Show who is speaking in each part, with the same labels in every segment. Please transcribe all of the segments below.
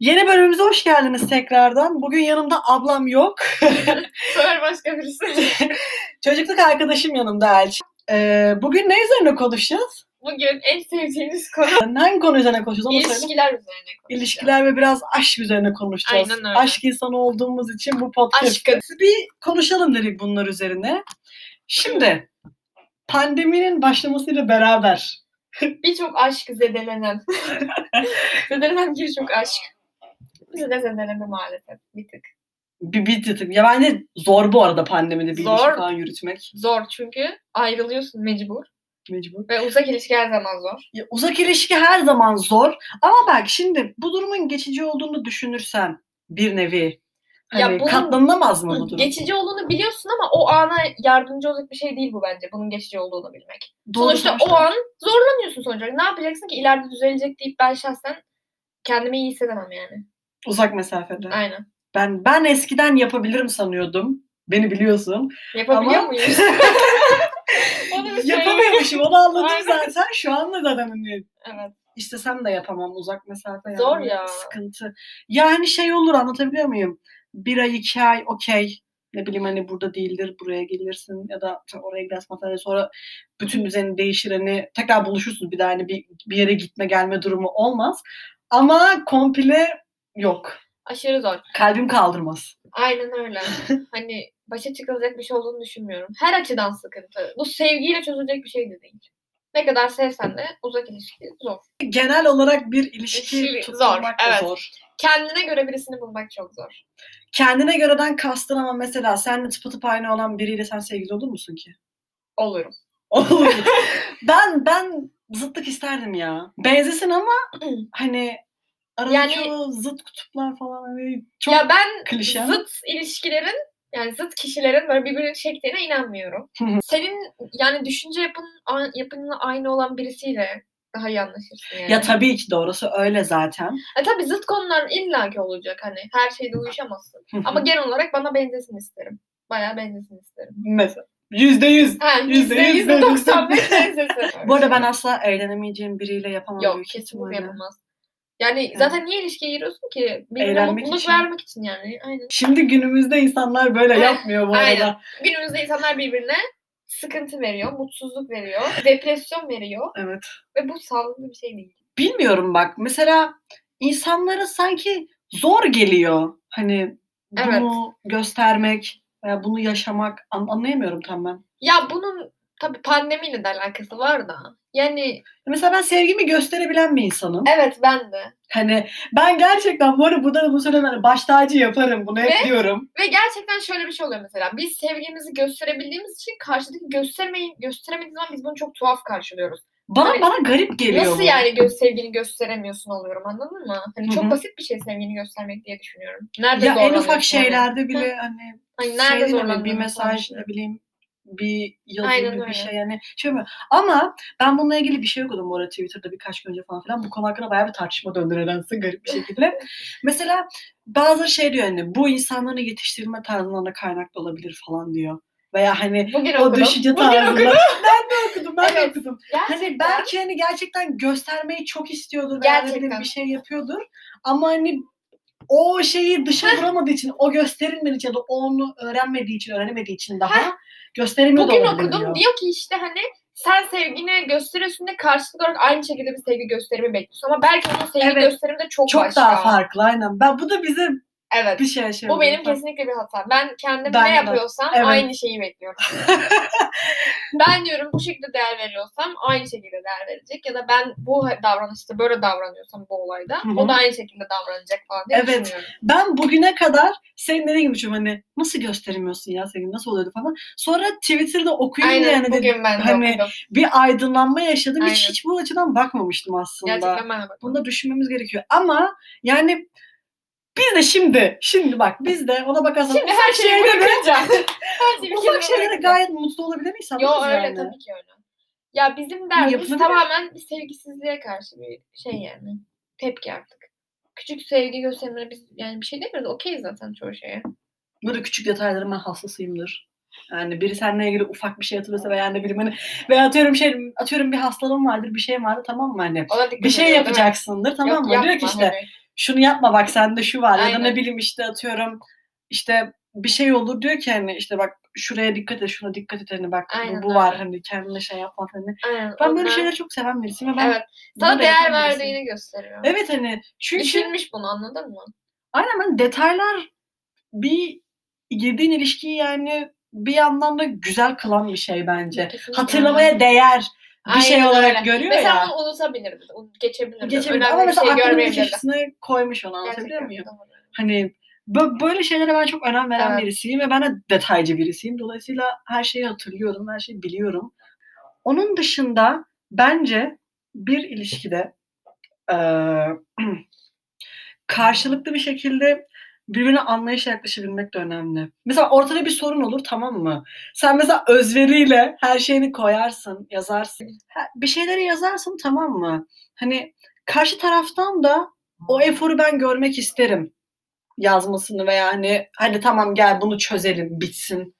Speaker 1: Yeni bölümümüze hoş geldiniz tekrardan. Bugün yanımda ablam yok.
Speaker 2: Sorar başka birisi.
Speaker 1: Çocukluk arkadaşım yanımda Elçin. Ee, bugün ne üzerine konuşacağız?
Speaker 2: Bugün en sevdiğiniz konu
Speaker 1: Yani hangi konu üzerine konuşacağız onu söyle.
Speaker 2: ilişkiler üzerine konuşacağız.
Speaker 1: İlişkiler ve biraz aşk üzerine konuşacağız.
Speaker 2: Aynen öyle.
Speaker 1: Aşk insanı olduğumuz için bu podcast.
Speaker 2: Aşkı.
Speaker 1: Bir konuşalım dedik bunlar üzerine. Şimdi pandeminin başlamasıyla beraber
Speaker 2: Birçok aşk zedelenen. zedelenen birçok aşk. Bizi de zedeledi maalesef bir tık.
Speaker 1: bir bir dedim. Ya bence zor bu arada pandemide bir ilişki
Speaker 2: Zor.
Speaker 1: falan yürütmek
Speaker 2: Zor çünkü ayrılıyorsun mecbur.
Speaker 1: mecbur.
Speaker 2: Ve uzak ilişki her zaman zor.
Speaker 1: Ya uzak ilişki her zaman zor ama bak şimdi bu durumun geçici olduğunu düşünürsen bir nevi hani
Speaker 2: Ya bunun-
Speaker 1: katlanılamaz mı bu durum?
Speaker 2: Geçici olduğunu biliyorsun ama o ana yardımcı olacak bir şey değil bu bence. Bunun geçici olduğunu bilmek.
Speaker 1: Doğru,
Speaker 2: sonuçta o
Speaker 1: sonuçta.
Speaker 2: an zorlanıyorsun sonuçta. Ne yapacaksın ki ileride düzelecek deyip ben şahsen kendimi iyi hissedemem yani.
Speaker 1: uzak mesafede.
Speaker 2: Aynen.
Speaker 1: Ben ben eskiden yapabilirim sanıyordum. Beni biliyorsun.
Speaker 2: Yapabiliyor
Speaker 1: Ama-
Speaker 2: muyuz? Onu bir söyleyeyim.
Speaker 1: Yapamıyormuşum onu anladım
Speaker 2: Şey. Aynen.
Speaker 1: zaten. hani, Şu anda da ünlüyüm.
Speaker 2: Evet.
Speaker 1: İstesem de yapamam uzak mesafe. yani.
Speaker 2: Zor ya.
Speaker 1: Sıkıntı. Yani şey olur anlatabiliyor muyum? Bir ay iki ay okey. Ne bileyim hani burada değildir buraya gelirsin ya da sen oraya gidersin falan. Sonra bütün düzeni değişir hani tekrar buluşursun bir daha hani bir, bir yere gitme gelme durumu olmaz. Ama komple yok.
Speaker 2: Aşırı zor.
Speaker 1: Kalbim kaldırmaz.
Speaker 2: Aynen öyle. hani başa çıkılacak bir şey olduğunu düşünmüyorum. Her açıdan sıkıntı. Bu sevgiyle çözülecek bir şey de değil. Ne kadar sevsen de uzak ilişki zor.
Speaker 1: Genel olarak bir ilişki
Speaker 2: İlişki zor,
Speaker 1: tutturmak da
Speaker 2: evet.
Speaker 1: zor.
Speaker 2: Kendine göre birisini bulmak çok zor.
Speaker 1: Kendine göreden kastın ama mesela seninle tıpatıp aynı olan biriyle sen sevgili olur musun ki?
Speaker 2: Olurum.
Speaker 1: Olur. ben ben zıtlık isterdim ya. Benzesin ama hani aradaki
Speaker 2: Yani-
Speaker 1: o zıt kutuplar falan hani çok
Speaker 2: ya ben
Speaker 1: klişe ama-
Speaker 2: zıt ilişkilerin yani zıt kişilerin böyle birbirini çektiğine inanmıyorum. Senin yani düşünce yapın a- yapınla aynı olan birisiyle daha iyi anlaşırsın yani.
Speaker 1: ya tabii ki doğrusu öyle zaten.
Speaker 2: E tabii zıt konular illaki olacak hani her şeyde uyuşamazsın. Ama genel olarak bana benzesin isterim. Bayağı benzesin isterim.
Speaker 1: mesela yüzde yüz.
Speaker 2: Ha,
Speaker 1: Yüzde yüz
Speaker 2: %95 benzesin.
Speaker 1: Bu arada ben asla evlenemeyeceğim biriyle yapamam.
Speaker 2: Yok
Speaker 1: büyük
Speaker 2: kesinlikle
Speaker 1: ihtimalle.
Speaker 2: yapamaz. Yani zaten niye ilişkiye giriyorsun ki? Birbirine
Speaker 1: Eğlenmek
Speaker 2: mutluluk
Speaker 1: için.
Speaker 2: vermek için yani. Aynen.
Speaker 1: Şimdi günümüzde insanlar böyle yapmıyor bu
Speaker 2: Aynen.
Speaker 1: arada.
Speaker 2: Günümüzde insanlar birbirine sıkıntı veriyor, mutsuzluk veriyor, depresyon veriyor
Speaker 1: Evet.
Speaker 2: ve bu sağlıklı bir şey değil.
Speaker 1: bilmiyorum bak mesela insanlara sanki zor geliyor hani
Speaker 2: Evet.
Speaker 1: bunu göstermek veya bunu yaşamak An- anlayamıyorum tam ben.
Speaker 2: Ya bunun tabii pandemiyle de alakası var da. Yani
Speaker 1: Mesela ben sevgimi gösterebilen bir insanım.
Speaker 2: evet ben de. Hani
Speaker 1: Ben gerçekten bu arada burada da bu söylemene baş tacı yaparım bunu hep
Speaker 2: Ve-
Speaker 1: diyorum.
Speaker 2: Ve gerçekten şöyle bir şey oluyor mesela. Biz sevgimizi gösterebildiğimiz için karşıdaki göstermeyi gösteremediği zaman biz bunu çok tuhaf karşılıyoruz.
Speaker 1: Bana
Speaker 2: Hani-
Speaker 1: bana garip geliyor
Speaker 2: Nasıl
Speaker 1: bu.
Speaker 2: yani gö- sevgini gösteremiyorsun oluyorum anladın mı? Hani
Speaker 1: Hı hı.
Speaker 2: çok basit bir şey sevgini göstermek diye düşünüyorum. Nerede
Speaker 1: Ya en
Speaker 2: zorlanıyorsun
Speaker 1: ufak
Speaker 2: yani?
Speaker 1: şeylerde bile hani,
Speaker 2: Hani
Speaker 1: şey
Speaker 2: nerede
Speaker 1: değil mi,
Speaker 2: zorlanıyorsun?
Speaker 1: bir mesaj ne bileyim bir yazı
Speaker 2: Aynen
Speaker 1: gibi bir
Speaker 2: öyle.
Speaker 1: şey yani şey mi? Ama ben bununla ilgili bir şey okudum bu arada Twitter'da birkaç gün önce falan filan. Bu konu hakkında bayağı bir tartışma döndü nedense garip bir şekilde. Mesela bazı şey diyor hani bu insanların yetiştirilme tarzından da kaynaklı olabilir falan diyor. Veya hani
Speaker 2: Bugün
Speaker 1: o
Speaker 2: okudum.
Speaker 1: düşünce
Speaker 2: Bugün
Speaker 1: tarzından.
Speaker 2: okudum.
Speaker 1: Ben de okudum, ben de
Speaker 2: Evet.
Speaker 1: okudum. Hani
Speaker 2: Gerçekten.
Speaker 1: belki hani gerçekten göstermeyi çok istiyordur veya ne bileyim
Speaker 2: Gerçekten.
Speaker 1: bir şey yapıyordur. Ama hani o şeyi dışa vuramadığı için, o gösterilmediği için ya da o onu öğrenmediği için, öğrenemediği için daha
Speaker 2: Heh.
Speaker 1: gösteremiyor da
Speaker 2: Bugün
Speaker 1: olabilir
Speaker 2: okudum
Speaker 1: diyor.
Speaker 2: diyor ki işte hani sen sevgini gösteriyorsun da karşılık olarak aynı şekilde bir sevgi gösterimi bekliyorsun. Ama belki onun sevgi
Speaker 1: Evet.
Speaker 2: gösterimi de çok,
Speaker 1: Çok
Speaker 2: başka.
Speaker 1: daha farklı aynen. Ben bu da bize
Speaker 2: Evet.
Speaker 1: bir şey şey
Speaker 2: Bu
Speaker 1: oluyor.
Speaker 2: benim kesinlikle bir hatam. Ben kendim
Speaker 1: Ben de.
Speaker 2: ne yapıyorsam
Speaker 1: Evet.
Speaker 2: aynı şeyi bekliyorum. ben diyorum bu şekilde değer veriyorsam aynı şekilde değer verecek ya da ben bu davranışta böyle davranıyorsam bu olayda
Speaker 1: Hı hı.
Speaker 2: o da aynı şekilde davranacak falan diye
Speaker 1: Evet.
Speaker 2: düşünüyorum.
Speaker 1: Ben bugüne kadar senin dediğin gibi düşünüyorum hani nasıl gösteremiyorsun ya sevgili nasıl oluyordu falan. Sonra Twitter'da okuyunca
Speaker 2: Aynen
Speaker 1: yani dedim,
Speaker 2: bugün ben de
Speaker 1: hani
Speaker 2: okudum.
Speaker 1: bir aydınlanma yaşadım. Hiç,
Speaker 2: Aynen.
Speaker 1: hiç bu açıdan bakmamıştım aslında.
Speaker 2: Gerçekten ben de okudum.
Speaker 1: Bunu da düşünmemiz gerekiyor. Ama yani biz de şimdi, şimdi bak biz de ona bakarsan
Speaker 2: Şimdi her şeyi
Speaker 1: şeylere,
Speaker 2: bırakınca. her şeyi bir kenara
Speaker 1: ufak şeylere
Speaker 2: bırakınca.
Speaker 1: gayet mutlu olabilir miyiz?
Speaker 2: Yo
Speaker 1: Anladınız
Speaker 2: öyle
Speaker 1: yani.
Speaker 2: tabii ki öyle. Ya bizim
Speaker 1: yapılabilir.
Speaker 2: derdimiz tamamen bir sevgisizliğe karşı bir şey yani. Tepki artık. Küçük sevgi gösterimleri biz yani bir şey demiyoruz. Okeyiz zaten çoğu şeye.
Speaker 1: Böyle küçük detaylara ben hassasıyımdır. Yani biri seninle ilgili ufak bir şey hatırlıyorsa veya ne bileyim hani veya atıyorum şey atıyorum bir hastalığım vardır bir şeyim vardır tamam mı hani
Speaker 2: Ona dikkat
Speaker 1: bir şey
Speaker 2: ediyor, değil mi?
Speaker 1: yapacaksındır tamam
Speaker 2: Yok,
Speaker 1: mı diyor ki
Speaker 2: yapma,
Speaker 1: işte
Speaker 2: hani.
Speaker 1: şunu yapma bak sende şu var ya da ne
Speaker 2: Aynen.
Speaker 1: bileyim işte atıyorum işte bir şey olur diyor ki hani işte bak şuraya dikkat et şuna dikkat et hani bak bu-
Speaker 2: Aynen
Speaker 1: bu, var
Speaker 2: öyle.
Speaker 1: hani kendine şey yapma hani.
Speaker 2: Aynen,
Speaker 1: Ben böyle
Speaker 2: onlar-
Speaker 1: şeyleri çok seven birisiyim ve ben
Speaker 2: Evet.
Speaker 1: bunu
Speaker 2: Sana
Speaker 1: da
Speaker 2: değer
Speaker 1: yapan birisiyim.
Speaker 2: verdiğini gösteriyor.
Speaker 1: Evet hani çünkü
Speaker 2: Düşünmüş bunu anladın mı?
Speaker 1: aynen hani detaylar bir girdiğin ilişkiyi yani bir yandan da güzel kılan bir şey bence.
Speaker 2: Kesinlikle.
Speaker 1: Hatırlamaya değer bir şey
Speaker 2: Aynen
Speaker 1: olarak
Speaker 2: öyle.
Speaker 1: görüyor
Speaker 2: Mesela
Speaker 1: ya.
Speaker 2: onu unutabilirdi, onu geçebilirdi.
Speaker 1: Geçebilir.
Speaker 2: Önemli
Speaker 1: Ama
Speaker 2: bir
Speaker 1: mesela
Speaker 2: şey
Speaker 1: aklının bir
Speaker 2: görmeyebilirdi.
Speaker 1: köşesine koymuş onu anlatabiliyor
Speaker 2: Gerçekten,
Speaker 1: muyum?
Speaker 2: doğru.
Speaker 1: Hani bö- böyle şeylere ben çok önem veren
Speaker 2: Evet.
Speaker 1: birisiyim ve ben de detaycı birisiyim. Dolayısıyla her şeyi hatırlıyorum, her şeyi biliyorum. Onun dışında bence bir ilişkide eee, karşılıklı bir şekilde birbirine anlayışla yaklaşabilmek de önemli. Mesela ortada bir sorun olur tamam mı? Sen mesela özveriyle her şeyini koyarsın, yazarsın. Ha, Bir şeyleri yazarsın tamam mı? Hani karşı taraftan da o eforu ben görmek isterim yazmasını veya hani hadi tamam gel bunu çözelim bitsin.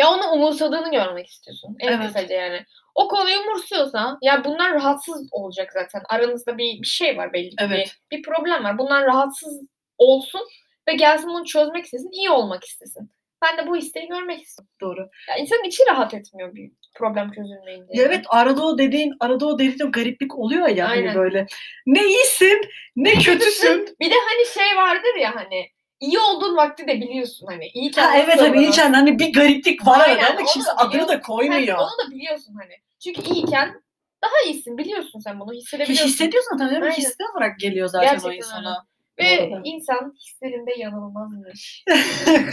Speaker 2: Ya onu umursadığını görmek istiyorsun. En
Speaker 1: Evet.
Speaker 2: kısaca yani. O konuyu umursuyorsa ya bunlar rahatsız olacak zaten. Aranızda bir, bir şey var belli ki.
Speaker 1: Evet.
Speaker 2: Bir, bir problem var. Bunlar rahatsız olsun ve gelsin bunu çözmek istesin. iyi olmak istesin. Ben de bu isteği görmek istiyorum.
Speaker 1: Doğru.
Speaker 2: Ya insanın içi rahat etmiyor bir problem çözülmeyince.
Speaker 1: Ya evet arada o dediğin arada o dediğin o gariplik oluyor ya hani
Speaker 2: Aynen.
Speaker 1: böyle. Ne iyisin ne kötüsün.
Speaker 2: Bir de hani şey vardır ya hani iyi olduğun vakti de biliyorsun hani.
Speaker 1: ha,
Speaker 2: iyi kendini
Speaker 1: evet hani
Speaker 2: savunan.
Speaker 1: içen hani bir gariplik var
Speaker 2: Aynen,
Speaker 1: arada ama
Speaker 2: onu
Speaker 1: kimse
Speaker 2: da
Speaker 1: adını da
Speaker 2: biliyorsun. Sen
Speaker 1: koymuyor.
Speaker 2: onu da biliyorsun hani. Çünkü iyiyken daha iyisin biliyorsun sen bunu
Speaker 1: Ki
Speaker 2: hissedebiliyorsun.
Speaker 1: hissediyorsun zaten değil mi?
Speaker 2: Aynen.
Speaker 1: Hissi olarak geliyor zaten o
Speaker 2: Gerçekten
Speaker 1: insana.
Speaker 2: Ve
Speaker 1: Bu arada.
Speaker 2: insan hislerinde yanılmazmış.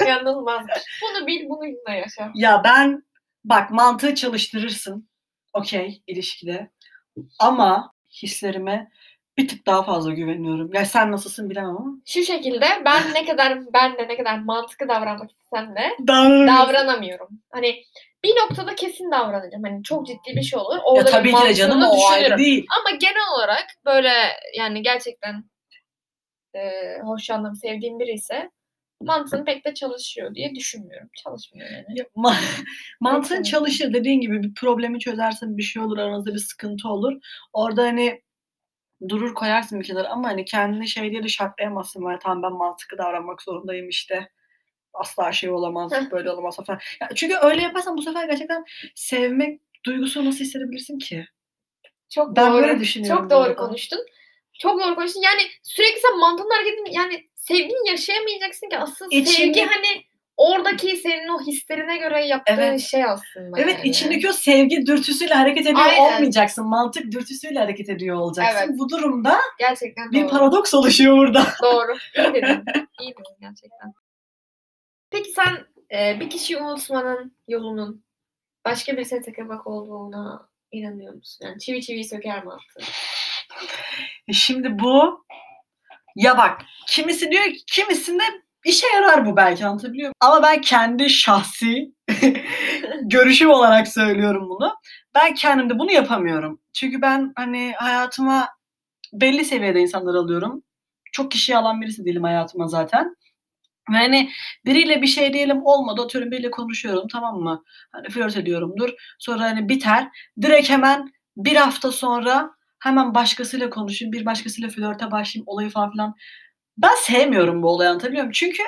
Speaker 2: yanılmazmış. Bunu bil, bununla yaşa.
Speaker 1: Ya ben bak mantığı çalıştırırsın. Okey ilişkide. Ama hislerime bir tık daha fazla güveniyorum. Ya sen nasılsın bilemem ama.
Speaker 2: Şu şekilde ben ne kadar ben de ne kadar mantıklı davranmak istesem de
Speaker 1: Davranıyorum.
Speaker 2: davranamıyorum. Hani bir noktada kesin davranacağım. Hani çok ciddi bir şey olur. Orada
Speaker 1: Ya tabii
Speaker 2: bir
Speaker 1: ki de
Speaker 2: mantığını
Speaker 1: canım o ayrı
Speaker 2: düşünürüm.
Speaker 1: değil.
Speaker 2: Ama genel olarak böyle yani gerçekten e, hoşlandığım, sevdiğim biri ise mantığım pek de çalışıyor diye düşünmüyorum. Çalışmıyor yani.
Speaker 1: Ya, ma- Mantığın
Speaker 2: Evet.
Speaker 1: çalışır dediğin gibi bir problemi çözersin bir şey olur aranızda bir sıkıntı olur. Orada hani durur koyarsın bir kenara ama hani kendini şey diye de şartlayamazsın. Böyle, tamam ben mantıklı davranmak zorundayım işte. Asla şey olamaz,
Speaker 2: Heh.
Speaker 1: böyle olamaz falan. Ya çünkü öyle yaparsan bu sefer gerçekten sevmek duygusunu nasıl hissedebilirsin ki?
Speaker 2: Çok
Speaker 1: Ben
Speaker 2: doğru.
Speaker 1: böyle düşünüyorum
Speaker 2: Çok
Speaker 1: bu
Speaker 2: doğru
Speaker 1: arada.
Speaker 2: konuştun. Çok doğru konuştun. Yani sürekli sen mantığın hareketini yani sevgini yaşayamayacaksın ki asıl
Speaker 1: İçini-
Speaker 2: sevgi hani oradaki senin o hislerine göre yaptığın
Speaker 1: Evet.
Speaker 2: şey aslında.
Speaker 1: Evet
Speaker 2: yani.
Speaker 1: içindeki o sevgi dürtüsüyle hareket ediyor
Speaker 2: Aynen.
Speaker 1: olmayacaksın. Mantık dürtüsüyle hareket ediyor olacaksın.
Speaker 2: Evet.
Speaker 1: Bu durumda
Speaker 2: Gerçekten
Speaker 1: bir
Speaker 2: doğru.
Speaker 1: paradoks oluşuyor burada.
Speaker 2: Doğru. İyi dedin. İyi dedin gerçekten. Peki sen e, bir kişiyi unutmanın yolunun başka birisine takılmak olduğuna inanıyor musun? Yani çivi çiviyi söker mi attı?
Speaker 1: E Şimdi bu ya bak kimisi diyor ki kimisinde işe yarar bu belki anlatabiliyor muyum? Ama ben kendi şahsi görüşüm olarak söylüyorum bunu. Ben kendimde bunu yapamıyorum. Çünkü ben hani hayatıma belli seviyede insanlar alıyorum. Çok kişiyi alan birisi değilim hayatıma zaten. Ve hani biriyle bir şey diyelim olmadı atıyorum biriyle konuşuyorum tamam mı? Hani flört ediyorumdur. Sonra hani biter. Direkt hemen bir hafta sonra hemen başkasıyla konuşayım, bir başkasıyla flörte başlayayım, olayı falan filan. Ben sevmiyorum bu olayı anlatabiliyor muyum? Çünkü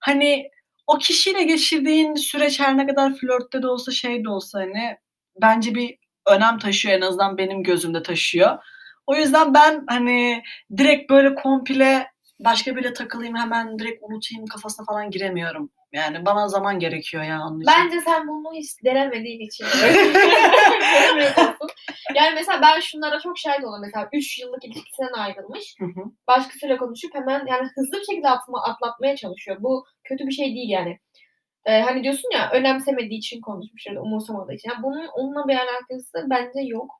Speaker 1: hani o kişiyle geçirdiğin süreç her ne kadar flörtte de olsa şey de olsa hani bence bir önem taşıyor en azından benim gözümde taşıyor. O yüzden ben hani direkt böyle komple başka biriyle takılayım hemen direkt unutayım kafasına falan giremiyorum. Yani bana zaman gerekiyor ya onun için.
Speaker 2: Bence sen bunu hiç denemediğin için. Göremiyorsun. yani mesela ben şunlara çok şahit oldum. Mesela 3 yıllık ilişkisinden ayrılmış.
Speaker 1: Hı hı.
Speaker 2: Başkasıyla konuşup hemen yani hızlı bir şekilde atma, atlatmaya çalışıyor. Bu kötü bir şey değil yani. Ee, hani diyorsun ya önemsemediği için konuşmuş ya da umursamadığı için. Yani bunun onunla bir alakası bence yok.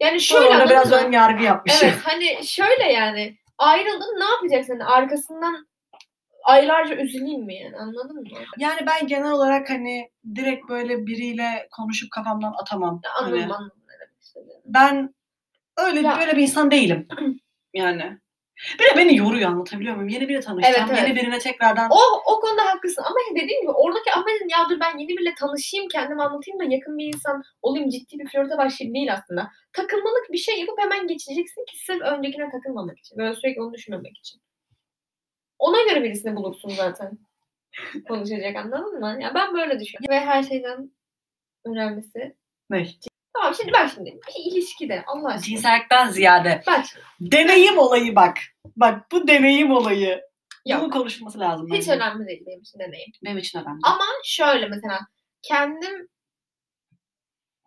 Speaker 2: Yani şöyle
Speaker 1: Ona biraz şey.
Speaker 2: anladın mı?
Speaker 1: ön yargı yapmışım.
Speaker 2: Evet hani şöyle yani ayrıldın ne yapacaksın? Hani arkasından aylarca üzüleyim mi yani anladın mı?
Speaker 1: Yani ben genel olarak hani direkt böyle biriyle konuşup kafamdan atamam. Hani
Speaker 2: Anladım anladım. ne demek istediğini.
Speaker 1: ben öyle
Speaker 2: Ya-
Speaker 1: böyle bir insan değilim. Yani. Bir de beni yoruyor anlatabiliyor muyum? Yeni biriyle tanışacağım.
Speaker 2: Evet, evet.
Speaker 1: Yeni birine tekrardan
Speaker 2: O, o konuda haklısın ama dediğim gibi oradaki amacın ya dur ben yeni biriyle tanışayım kendimi anlatayım da yakın bir insan olayım ciddi bir flörte başlayayım değil aslında. Takılmalık bir şey yapıp hemen geçeceksin ki sırf öncekine takılmamak için. Böyle sürekli onu düşünmemek için. Ona göre birisini bulursun zaten. Konuşacak anladın mı? Ya ben böyle düşünüyorum. Ve her şeyden önemlisi.
Speaker 1: Ne?
Speaker 2: Tamam şimdi bak şimdi. Bir ilişkide Allah aşkına.
Speaker 1: Cinsellikten ziyade.
Speaker 2: Bak şimdi.
Speaker 1: Deneyim olayı bak. Bak bu deneyim olayı.
Speaker 2: Yok.
Speaker 1: Bunun konuşması lazım.
Speaker 2: Hiç
Speaker 1: bence.
Speaker 2: önemli değil benim için deneyim.
Speaker 1: Benim için önemli.
Speaker 2: Ama şöyle mesela kendim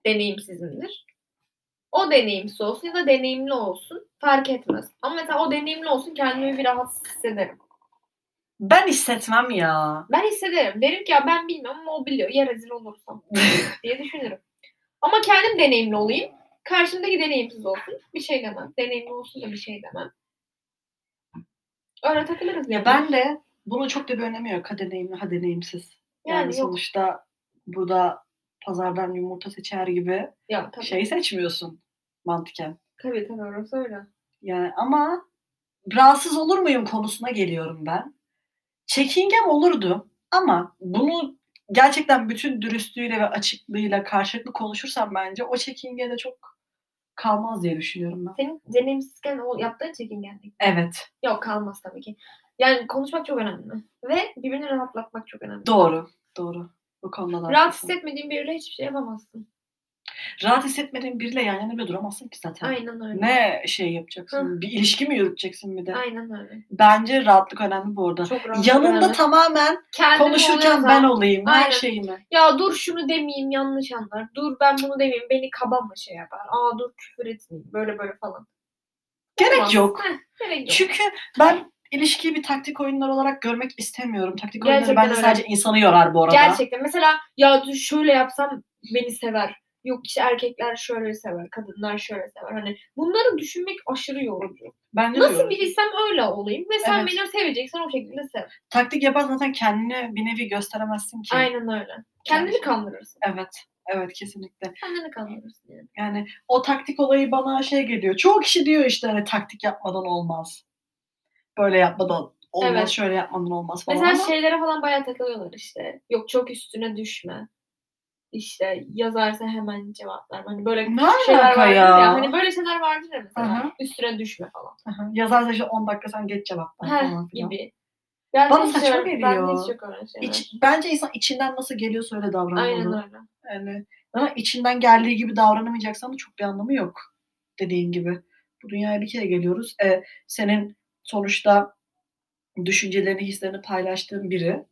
Speaker 2: deneyimsizimdir. O deneyimsiz olsun ya da deneyimli olsun fark etmez. Ama mesela o deneyimli olsun kendimi bir rahatsız hissederim.
Speaker 1: Ben hissetmem ya.
Speaker 2: Ben hissederim. Derim ki ya ben bilmiyorum ama o biliyor. Ya rezil olursam diye düşünürüm. Ama kendim deneyimli olayım. Karşımdaki deneyimsiz olsun. Bir şey demem. Deneyimli olsun da bir şey demem. Öyle takılırız.
Speaker 1: Ya
Speaker 2: yani.
Speaker 1: ben de bunun çok da bir önemi yok. Ha deneyimli ha deneyimsiz. Yani,
Speaker 2: yani yok.
Speaker 1: sonuçta burada pazardan yumurta seçer gibi
Speaker 2: Ya tabii.
Speaker 1: şey seçmiyorsun mantıken.
Speaker 2: Tabii tabii orası öyle.
Speaker 1: Yani ama rahatsız olur muyum konusuna geliyorum ben. Çekingem olurdu ama bunu gerçekten bütün dürüstlüğüyle ve açıklığıyla karşılıklı konuşursam bence o çekinge de çok kalmaz diye düşünüyorum ben.
Speaker 2: Senin deneyimsizken o yaptığın çekingenlik.
Speaker 1: Evet,
Speaker 2: Yok kalmaz tabii ki. Yani konuşmak çok önemli. Ve birbirini rahatlatmak çok önemli.
Speaker 1: doğru, doğru. Bu konuda da
Speaker 2: Rahat
Speaker 1: haklısın.
Speaker 2: hissetmediğin biriyle hiçbir şey yapamazsın.
Speaker 1: Rahat hissetmediğin biriyle yan yana bile duramazsın ki zaten.
Speaker 2: Aynen öyle.
Speaker 1: Ne şey yapacaksın? Bir ilişki mi yürüteceksin bir de?
Speaker 2: Aynen öyle.
Speaker 1: Bence rahatlık önemli bu arada.
Speaker 2: Çok rahat.
Speaker 1: Yanında
Speaker 2: önemli.
Speaker 1: tamamen
Speaker 2: Kendimi
Speaker 1: konuşurken
Speaker 2: ona
Speaker 1: ben
Speaker 2: yazan-
Speaker 1: olayım. Her
Speaker 2: Aynen.
Speaker 1: şeyimi.
Speaker 2: Ya dur şunu demeyeyim yanlış anlar. Dur ben bunu demeyeyim beni kaba mı şey yapar. Aa dur küfür etmeyeyim böyle böyle falan.
Speaker 1: Gerek
Speaker 2: Olmaz.
Speaker 1: yok.
Speaker 2: Heh, gerek yok.
Speaker 1: Çünkü ben ilişkiyi bir taktik oyunlar olarak görmek istemiyorum. Taktik oyunları
Speaker 2: Gerçekten
Speaker 1: bence
Speaker 2: öyle.
Speaker 1: sadece insanı yorar bu arada.
Speaker 2: Gerçekten mesela ya dur şöyle yapsam beni sever. Yok işte erkekler şöyle sever, kadınlar şöyle sever. Hani bunları düşünmek aşırı yorucu.
Speaker 1: Ben de
Speaker 2: Nasıl
Speaker 1: diyorum.
Speaker 2: biriysem öyle olayım ve sen
Speaker 1: Evet.
Speaker 2: beni seveceksen o şekilde sev.
Speaker 1: Taktik yapar zaten kendini bir nevi gösteremezsin ki.
Speaker 2: Aynen öyle. Kendini kandırırsın.
Speaker 1: Evet. Evet kesinlikle.
Speaker 2: Kendini kandırırsın yani.
Speaker 1: Yani o taktik olayı bana şey geliyor. Çoğu kişi diyor işte hani taktik yapmadan olmaz. Böyle yapmadan olmaz,
Speaker 2: Evet.
Speaker 1: şöyle yapmadan olmaz falan.
Speaker 2: Mesela şey
Speaker 1: ama
Speaker 2: şeylere falan bayağı takılıyorlar işte. Yok çok üstüne düşme. İşte yazarsa hemen cevap verme. Hani böyle
Speaker 1: ne
Speaker 2: şeyler
Speaker 1: alaka
Speaker 2: vardır
Speaker 1: ya?
Speaker 2: ya. Hani böyle şeyler vardır ya mesela.
Speaker 1: Hı hı.
Speaker 2: Üstüne düşme falan.
Speaker 1: Aha, Yazarsa işte 10 dakika sen geç cevap ver
Speaker 2: Heh,
Speaker 1: falan filan.
Speaker 2: gibi. Ben
Speaker 1: Bana
Speaker 2: de hiç
Speaker 1: saçma
Speaker 2: öyle- Ben de
Speaker 1: geliyor.
Speaker 2: hiç yok öyle şeyler.
Speaker 1: İç- bence insan içinden nasıl geliyorsa öyle davranmalı.
Speaker 2: Aynen öyle.
Speaker 1: Yani ama içinden geldiği gibi davranamayacaksan da çok bir anlamı yok. Dediğin gibi. Bu dünyaya bir kere geliyoruz. E, senin sonuçta düşüncelerini, hislerini paylaştığın biri.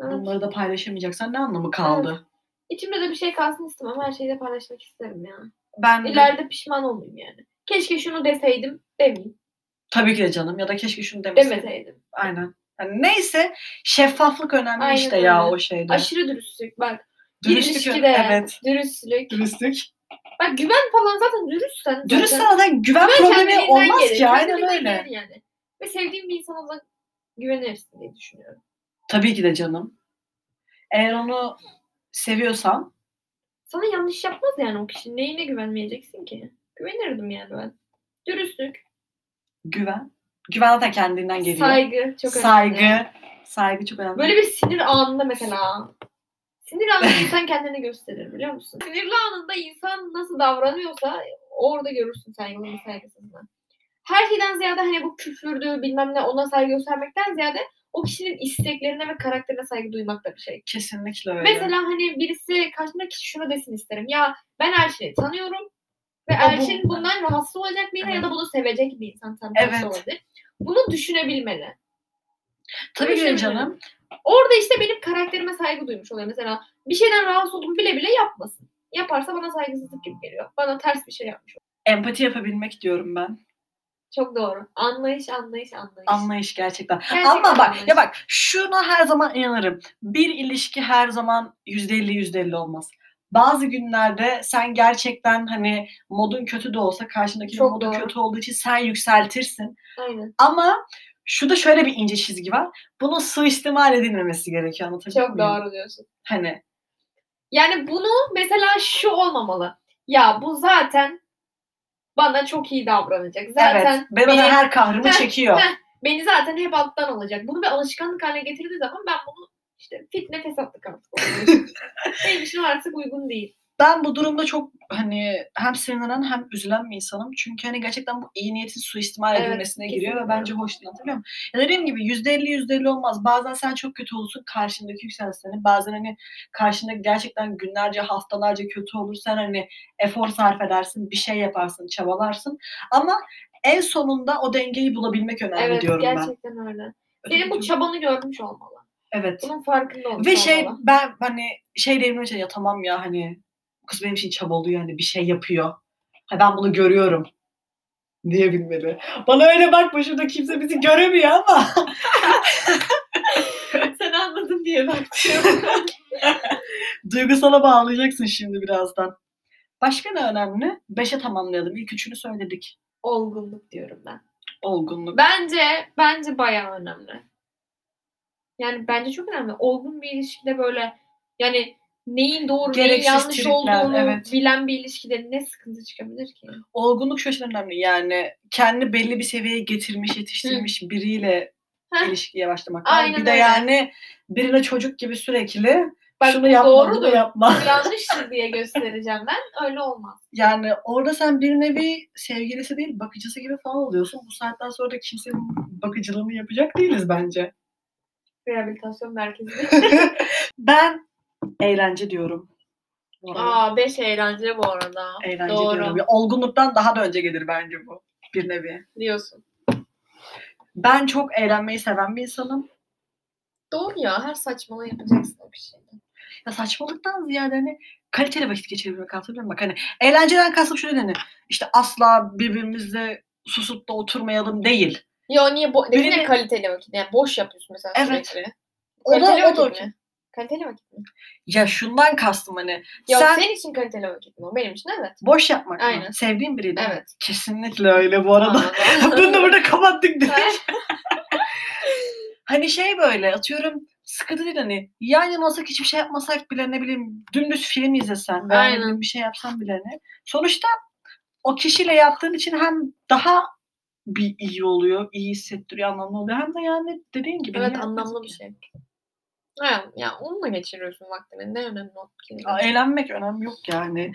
Speaker 2: Evet.
Speaker 1: Bunları da paylaşamayacaksan ne anlamı kaldı?
Speaker 2: İçimde de bir şey kalsın istemem. Her şeyi de paylaşmak isterim yani.
Speaker 1: Ben de-
Speaker 2: İleride pişman olmayayım yani. Keşke şunu deseydim demeyeyim.
Speaker 1: tabii ki de canım ya da keşke şunu demesin.
Speaker 2: Demeseydim.
Speaker 1: Aynen. Yani neyse şeffaflık önemli
Speaker 2: Aynen
Speaker 1: işte ya
Speaker 2: öyle.
Speaker 1: o şeyde.
Speaker 2: Aşırı dürüstlük bak. Bir
Speaker 1: Dürüstlük
Speaker 2: ilişkide
Speaker 1: evet.
Speaker 2: dürüstlük.
Speaker 1: Dürüstlük.
Speaker 2: Bak güven falan zaten dürüstsen.
Speaker 1: Dürüst
Speaker 2: zaten-
Speaker 1: sana da güven problemi
Speaker 2: kendiliğinden
Speaker 1: olmaz
Speaker 2: gelir,
Speaker 1: ki aynen
Speaker 2: kendiliğinden
Speaker 1: öyle.
Speaker 2: gelir Yani. Ve sevdiğin bir insana da güvenirsin diye düşünüyorum.
Speaker 1: Tabii ki de canım. Eğer onu seviyorsan
Speaker 2: Sana yanlış yapmaz yani o kişi. Neyine güvenmeyeceksin ki? Güvenirdim yani ben. Dürüstlük,
Speaker 1: Güven. Güven zaten kendinden geliyor.
Speaker 2: saygı çok
Speaker 1: saygı.
Speaker 2: önemli.
Speaker 1: Saygı çok önemli.
Speaker 2: Böyle bir sinir anında mesela. Sinir anında insan kendini gösterir biliyor musun? Sinirli anında insan nasıl davranıyorsa orada görürsün sen yolun saygısından. Her şeyden ziyade hani bu küfürdü bilmem ne ona saygı göstermekten ziyade o kişinin isteklerine ve karakterine saygı duymak da bir şey.
Speaker 1: Kesinlikle öyle.
Speaker 2: Mesela hani birisi karşımda kişi şunu desin isterim. Ya ben Elçin'i tanıyorum ve
Speaker 1: Ya bu-
Speaker 2: Elçin bundan rahatsız olacak bir insan ya da bunu sevecek bir insan tam tersi
Speaker 1: Evet.
Speaker 2: olabilir. Bunu düşünebilmeli.
Speaker 1: Tabii ki de
Speaker 2: Düşünebilirim.
Speaker 1: canım.
Speaker 2: Orada işte benim karakterime saygı duymuş oluyor. Mesela bir şeyden rahatsız olduğumu bile bile yapmasın. Yaparsa bana saygısızlık gibi geliyor. Bana ters bir şey yapmış oluyor.
Speaker 1: Empati yapabilmek diyorum ben.
Speaker 2: Çok doğru. Anlayış, anlayış, anlayış.
Speaker 1: Anlayış gerçekten.
Speaker 2: Gerçekten
Speaker 1: Ama bak
Speaker 2: anlayış.
Speaker 1: ya bak şuna her zaman inanırım. Bir ilişki her zaman %50 %50 olmaz. Bazı günlerde sen gerçekten hani modun kötü de olsa karşındaki
Speaker 2: Çok
Speaker 1: modu
Speaker 2: doğru.
Speaker 1: kötü olduğu için sen yükseltirsin.
Speaker 2: Aynen.
Speaker 1: Ama şurada şöyle bir ince çizgi var. Bunun suistimal edilmemesi gerekiyor anlatabiliyor
Speaker 2: Çok
Speaker 1: muyum?
Speaker 2: doğru diyorsun.
Speaker 1: Hani
Speaker 2: Yani bunu mesela şu olmamalı. Ya bu zaten bana çok iyi davranacak. Zaten
Speaker 1: evet. Ben ona
Speaker 2: benim-
Speaker 1: her kahrımı
Speaker 2: Heh,
Speaker 1: çekiyor.
Speaker 2: heh. beni zaten hep alttan alacak. Bunu bir alışkanlık haline getirdiği zaman ben bunu işte fitne fesatlık artık. oluyor. Benim için artık uygun değil.
Speaker 1: ben bu durumda çok hani hem sinirlenen hem üzülen bir insanım. Çünkü hani gerçekten bu iyi niyetin suistimal
Speaker 2: Evet,
Speaker 1: edilmesine giriyor ve
Speaker 2: kesinlikle.
Speaker 1: bence hoş değil. Anlatabiliyor muyum? Ya dediğim gibi yüzde elli yüzde elli olmaz. Bazen sen çok kötü olursun karşındaki yükselir seni. Bazen hani karşındaki gerçekten günlerce haftalarca kötü olur. Sen hani efor sarf edersin. Bir şey yaparsın. Çabalarsın. Ama en sonunda o dengeyi bulabilmek önemli
Speaker 2: Evet
Speaker 1: diyorum ben.
Speaker 2: gerçekten öyle. Senin bu
Speaker 1: Öteki-
Speaker 2: çabanı görmüş olmalı.
Speaker 1: Evet.
Speaker 2: Bunun farkında olmuş
Speaker 1: Ve şey
Speaker 2: olmalı.
Speaker 1: ben hani şey demiyorum ya tamam ya hani kız benim için çabalıyor hani bir şey yapıyor. Ha, ben bunu görüyorum diyebilmeli. Bana öyle bakma şurada kimse bizi göremiyor ama. şey-
Speaker 2: Sen anladın diye baktım.
Speaker 1: Duygusala bağlayacaksın şimdi birazdan. Başka ne önemli? Beşe tamamlayalım. İlk üçünü söyledik.
Speaker 2: Olgunluk diyorum ben.
Speaker 1: Olgunluk.
Speaker 2: Bence bence bayağı önemli. Yani bence çok önemli. Olgun bir ilişkide böyle yani neyin doğru neyin
Speaker 1: Gereksiz
Speaker 2: yanlış
Speaker 1: tripler,
Speaker 2: olduğunu
Speaker 1: evet.
Speaker 2: bilen bir ilişkide ne sıkıntı çıkabilir ki?
Speaker 1: Olgunluk şu açıdan önemli. Yani kendini belli bir seviyeye getirmiş, yetiştirmiş biriyle
Speaker 2: Heh.
Speaker 1: ilişkiye başlamak.
Speaker 2: Aynen
Speaker 1: bir de
Speaker 2: öyle.
Speaker 1: yani birine çocuk gibi sürekli
Speaker 2: Bak
Speaker 1: şunu
Speaker 2: bu
Speaker 1: yapma, bunu
Speaker 2: doğrudur.
Speaker 1: yapma.
Speaker 2: Bu yanlıştır diye göstereceğim ben. Öyle olmaz.
Speaker 1: Yani orada sen bir nevi sevgilisi değil bakıcısı gibi falan oluyorsun. Bu saatten sonra da kimsenin bakıcılığını yapacak değiliz bence.
Speaker 2: Rehabilitasyon merkezi.
Speaker 1: Ben eğlence diyorum. Bu arada.
Speaker 2: Aa 5 eğlence bu arada.
Speaker 1: eğlence
Speaker 2: doğru.
Speaker 1: diyorum. Ya olgunluktan daha da önce gelir bence bu bir nevi.
Speaker 2: Diyorsun.
Speaker 1: Ben çok eğlenmeyi seven bir insanım.
Speaker 2: Doğru ya her saçmalığı yapacaksın o şey. kişiyle.
Speaker 1: Ya saçmalıktan ziyade hani kaliteli vakit geçirebilmek anlatabiliyor muyum? Bak hani eğlenceden kastım şöyle hani işte asla birbirimizle susup da oturmayalım değil.
Speaker 2: Ya niye bo- dedin ya
Speaker 1: Birine-
Speaker 2: kaliteli vakit. Yani boş yapıyorsun mesela
Speaker 1: Evet.
Speaker 2: sürekli.
Speaker 1: O da,
Speaker 2: Kaliteli
Speaker 1: o da
Speaker 2: vakit
Speaker 1: okey.
Speaker 2: mi? Kaliteli vakit mi?
Speaker 1: Ya şundan kastım hani
Speaker 2: Ya
Speaker 1: sen
Speaker 2: senin için kaliteli vakit mi? Benim için evet.
Speaker 1: boş yapmak mı?
Speaker 2: Aynen.
Speaker 1: Sevdiğin biriyle mi?
Speaker 2: Evet.
Speaker 1: Kesinlikle öyle bu arada. Bunu da burada kapattık direkt. hani şey böyle atıyorum sıkıntı değil hani yan yana olsak hiçbir şey yapmasak bile ne bileyim dümdüz film izlesen veya ne
Speaker 2: Aynen.
Speaker 1: bileyim bir şey yapsan bile hani. Sonuçta o kişiyle yaptığın için hem daha bir iyi oluyor, iyi hissettiriyor, anlamlı oluyor. Hem de yani dediğin gibi.
Speaker 2: evet
Speaker 1: niye
Speaker 2: anlamlı
Speaker 1: yapmasın
Speaker 2: bir
Speaker 1: ki?
Speaker 2: şey. Ya, ya onunla geçiriyorsun vaktini. Ne önemli o ki?
Speaker 1: Aa, eğlenmek önemli yok yani.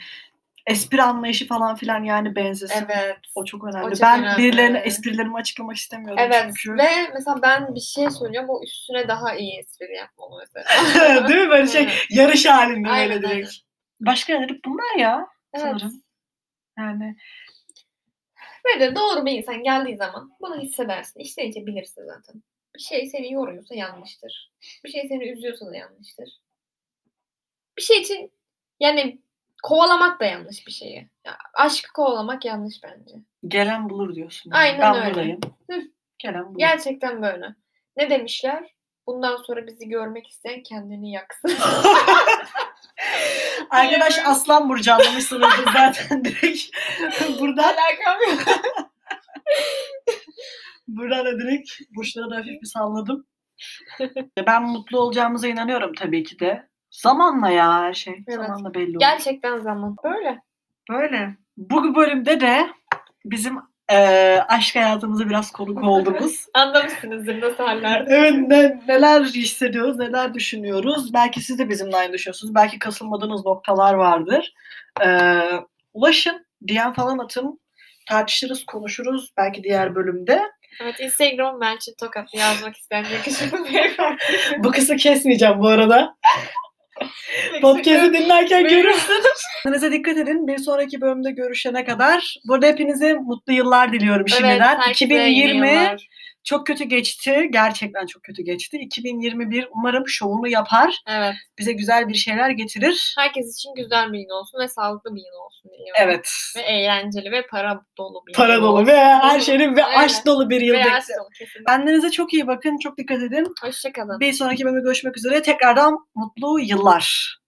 Speaker 1: Espri anlayışı falan filan yani benzesin.
Speaker 2: Evet.
Speaker 1: O çok önemli.
Speaker 2: çok
Speaker 1: ben
Speaker 2: önemli.
Speaker 1: birilerine esprilerimi açıklamak istemiyordum
Speaker 2: Evet
Speaker 1: çünkü.
Speaker 2: ve mesela ben bir şey söylüyorum o üstüne daha iyi espri yapmam mesela.
Speaker 1: Değil mi? Böyle şey
Speaker 2: Evet.
Speaker 1: yarış halinde
Speaker 2: Aynen,
Speaker 1: böyle direkt.
Speaker 2: aynen.
Speaker 1: Başka neler? Bunlar ya
Speaker 2: Evet.
Speaker 1: sanırım. Yani
Speaker 2: Ve de doğru bir insan geldiği zaman bunu hissedersin. İşte iyice bilirsin zaten. Bir şey seni yoruyorsa yanlıştır. Bir şey seni üzüyorsa da yanlıştır. Bir şey için yani kovalamak da yanlış bir şeyi. Ya, aşkı kovalamak yanlış bence.
Speaker 1: gelen bulur diyorsun. yani.
Speaker 2: Aynen
Speaker 1: ben
Speaker 2: öyle.
Speaker 1: buradayım.
Speaker 2: Hı.
Speaker 1: Gelen bulur.
Speaker 2: Gerçekten böyle. Ne demişler? Bundan sonra bizi görmek isteyen kendini yaksın.
Speaker 1: Arkadaş
Speaker 2: Evet.
Speaker 1: Aslan Burcu anlamışsınızdır zaten direkt. buradan,
Speaker 2: Alakam yok.
Speaker 1: buradan da direkt burçları da hafif bir salladım. ben mutlu olacağımıza inanıyorum tabii ki de. Zamanla ya her şey.
Speaker 2: Evet.
Speaker 1: Zamanla belli olur.
Speaker 2: Gerçekten zaman. Böyle.
Speaker 1: Böyle. Bu bölümde de bizim eee, aşk hayatımıza biraz konuk oldunuz.
Speaker 2: Anlamışsınızdır nasıl hallerde.
Speaker 1: Evet ne- neler hissediyoruz, neler düşünüyoruz. Belki siz de bizimle aynı düşünüyorsunuz. Belki kasılmadığınız noktalar vardır. Ee, ulaşın, DM falan atın. Tartışırız, konuşuruz. Belki diğer bölümde.
Speaker 2: Evet Instagram Melçin Tokat yazmak isteyen yakışıklı beyefendi.
Speaker 1: Bu kısmı kesmeyeceğim bu arada. Podcast'ı dinlerken görürsünüz. Kendinize dikkat edin. Bir sonraki bölümde görüşene kadar. Burada hepinize mutlu yıllar diliyorum şimdiden.
Speaker 2: herkese iyi
Speaker 1: 2020
Speaker 2: yıllar.
Speaker 1: çok kötü geçti. Gerçekten çok kötü geçti. 2021 umarım şovunu yapar.
Speaker 2: Evet.
Speaker 1: Bize güzel bir şeyler getirir.
Speaker 2: Herkes için güzel bir yıl olsun ve sağlıklı bir yıl olsun diliyorum.
Speaker 1: Evet.
Speaker 2: Ve eğlenceli ve para dolu bir yıl
Speaker 1: Para dolu
Speaker 2: olsun.
Speaker 1: ve her şey şeyin ve
Speaker 2: Aynen.
Speaker 1: aşk dolu bir yıl
Speaker 2: Ve aşk
Speaker 1: bekliyorum.
Speaker 2: dolu kesinlikle.
Speaker 1: Kendinize çok iyi bakın. Çok dikkat edin.
Speaker 2: Hoşçakalın.
Speaker 1: Bir sonraki bölümde görüşmek üzere. Tekrardan mutlu yıllar.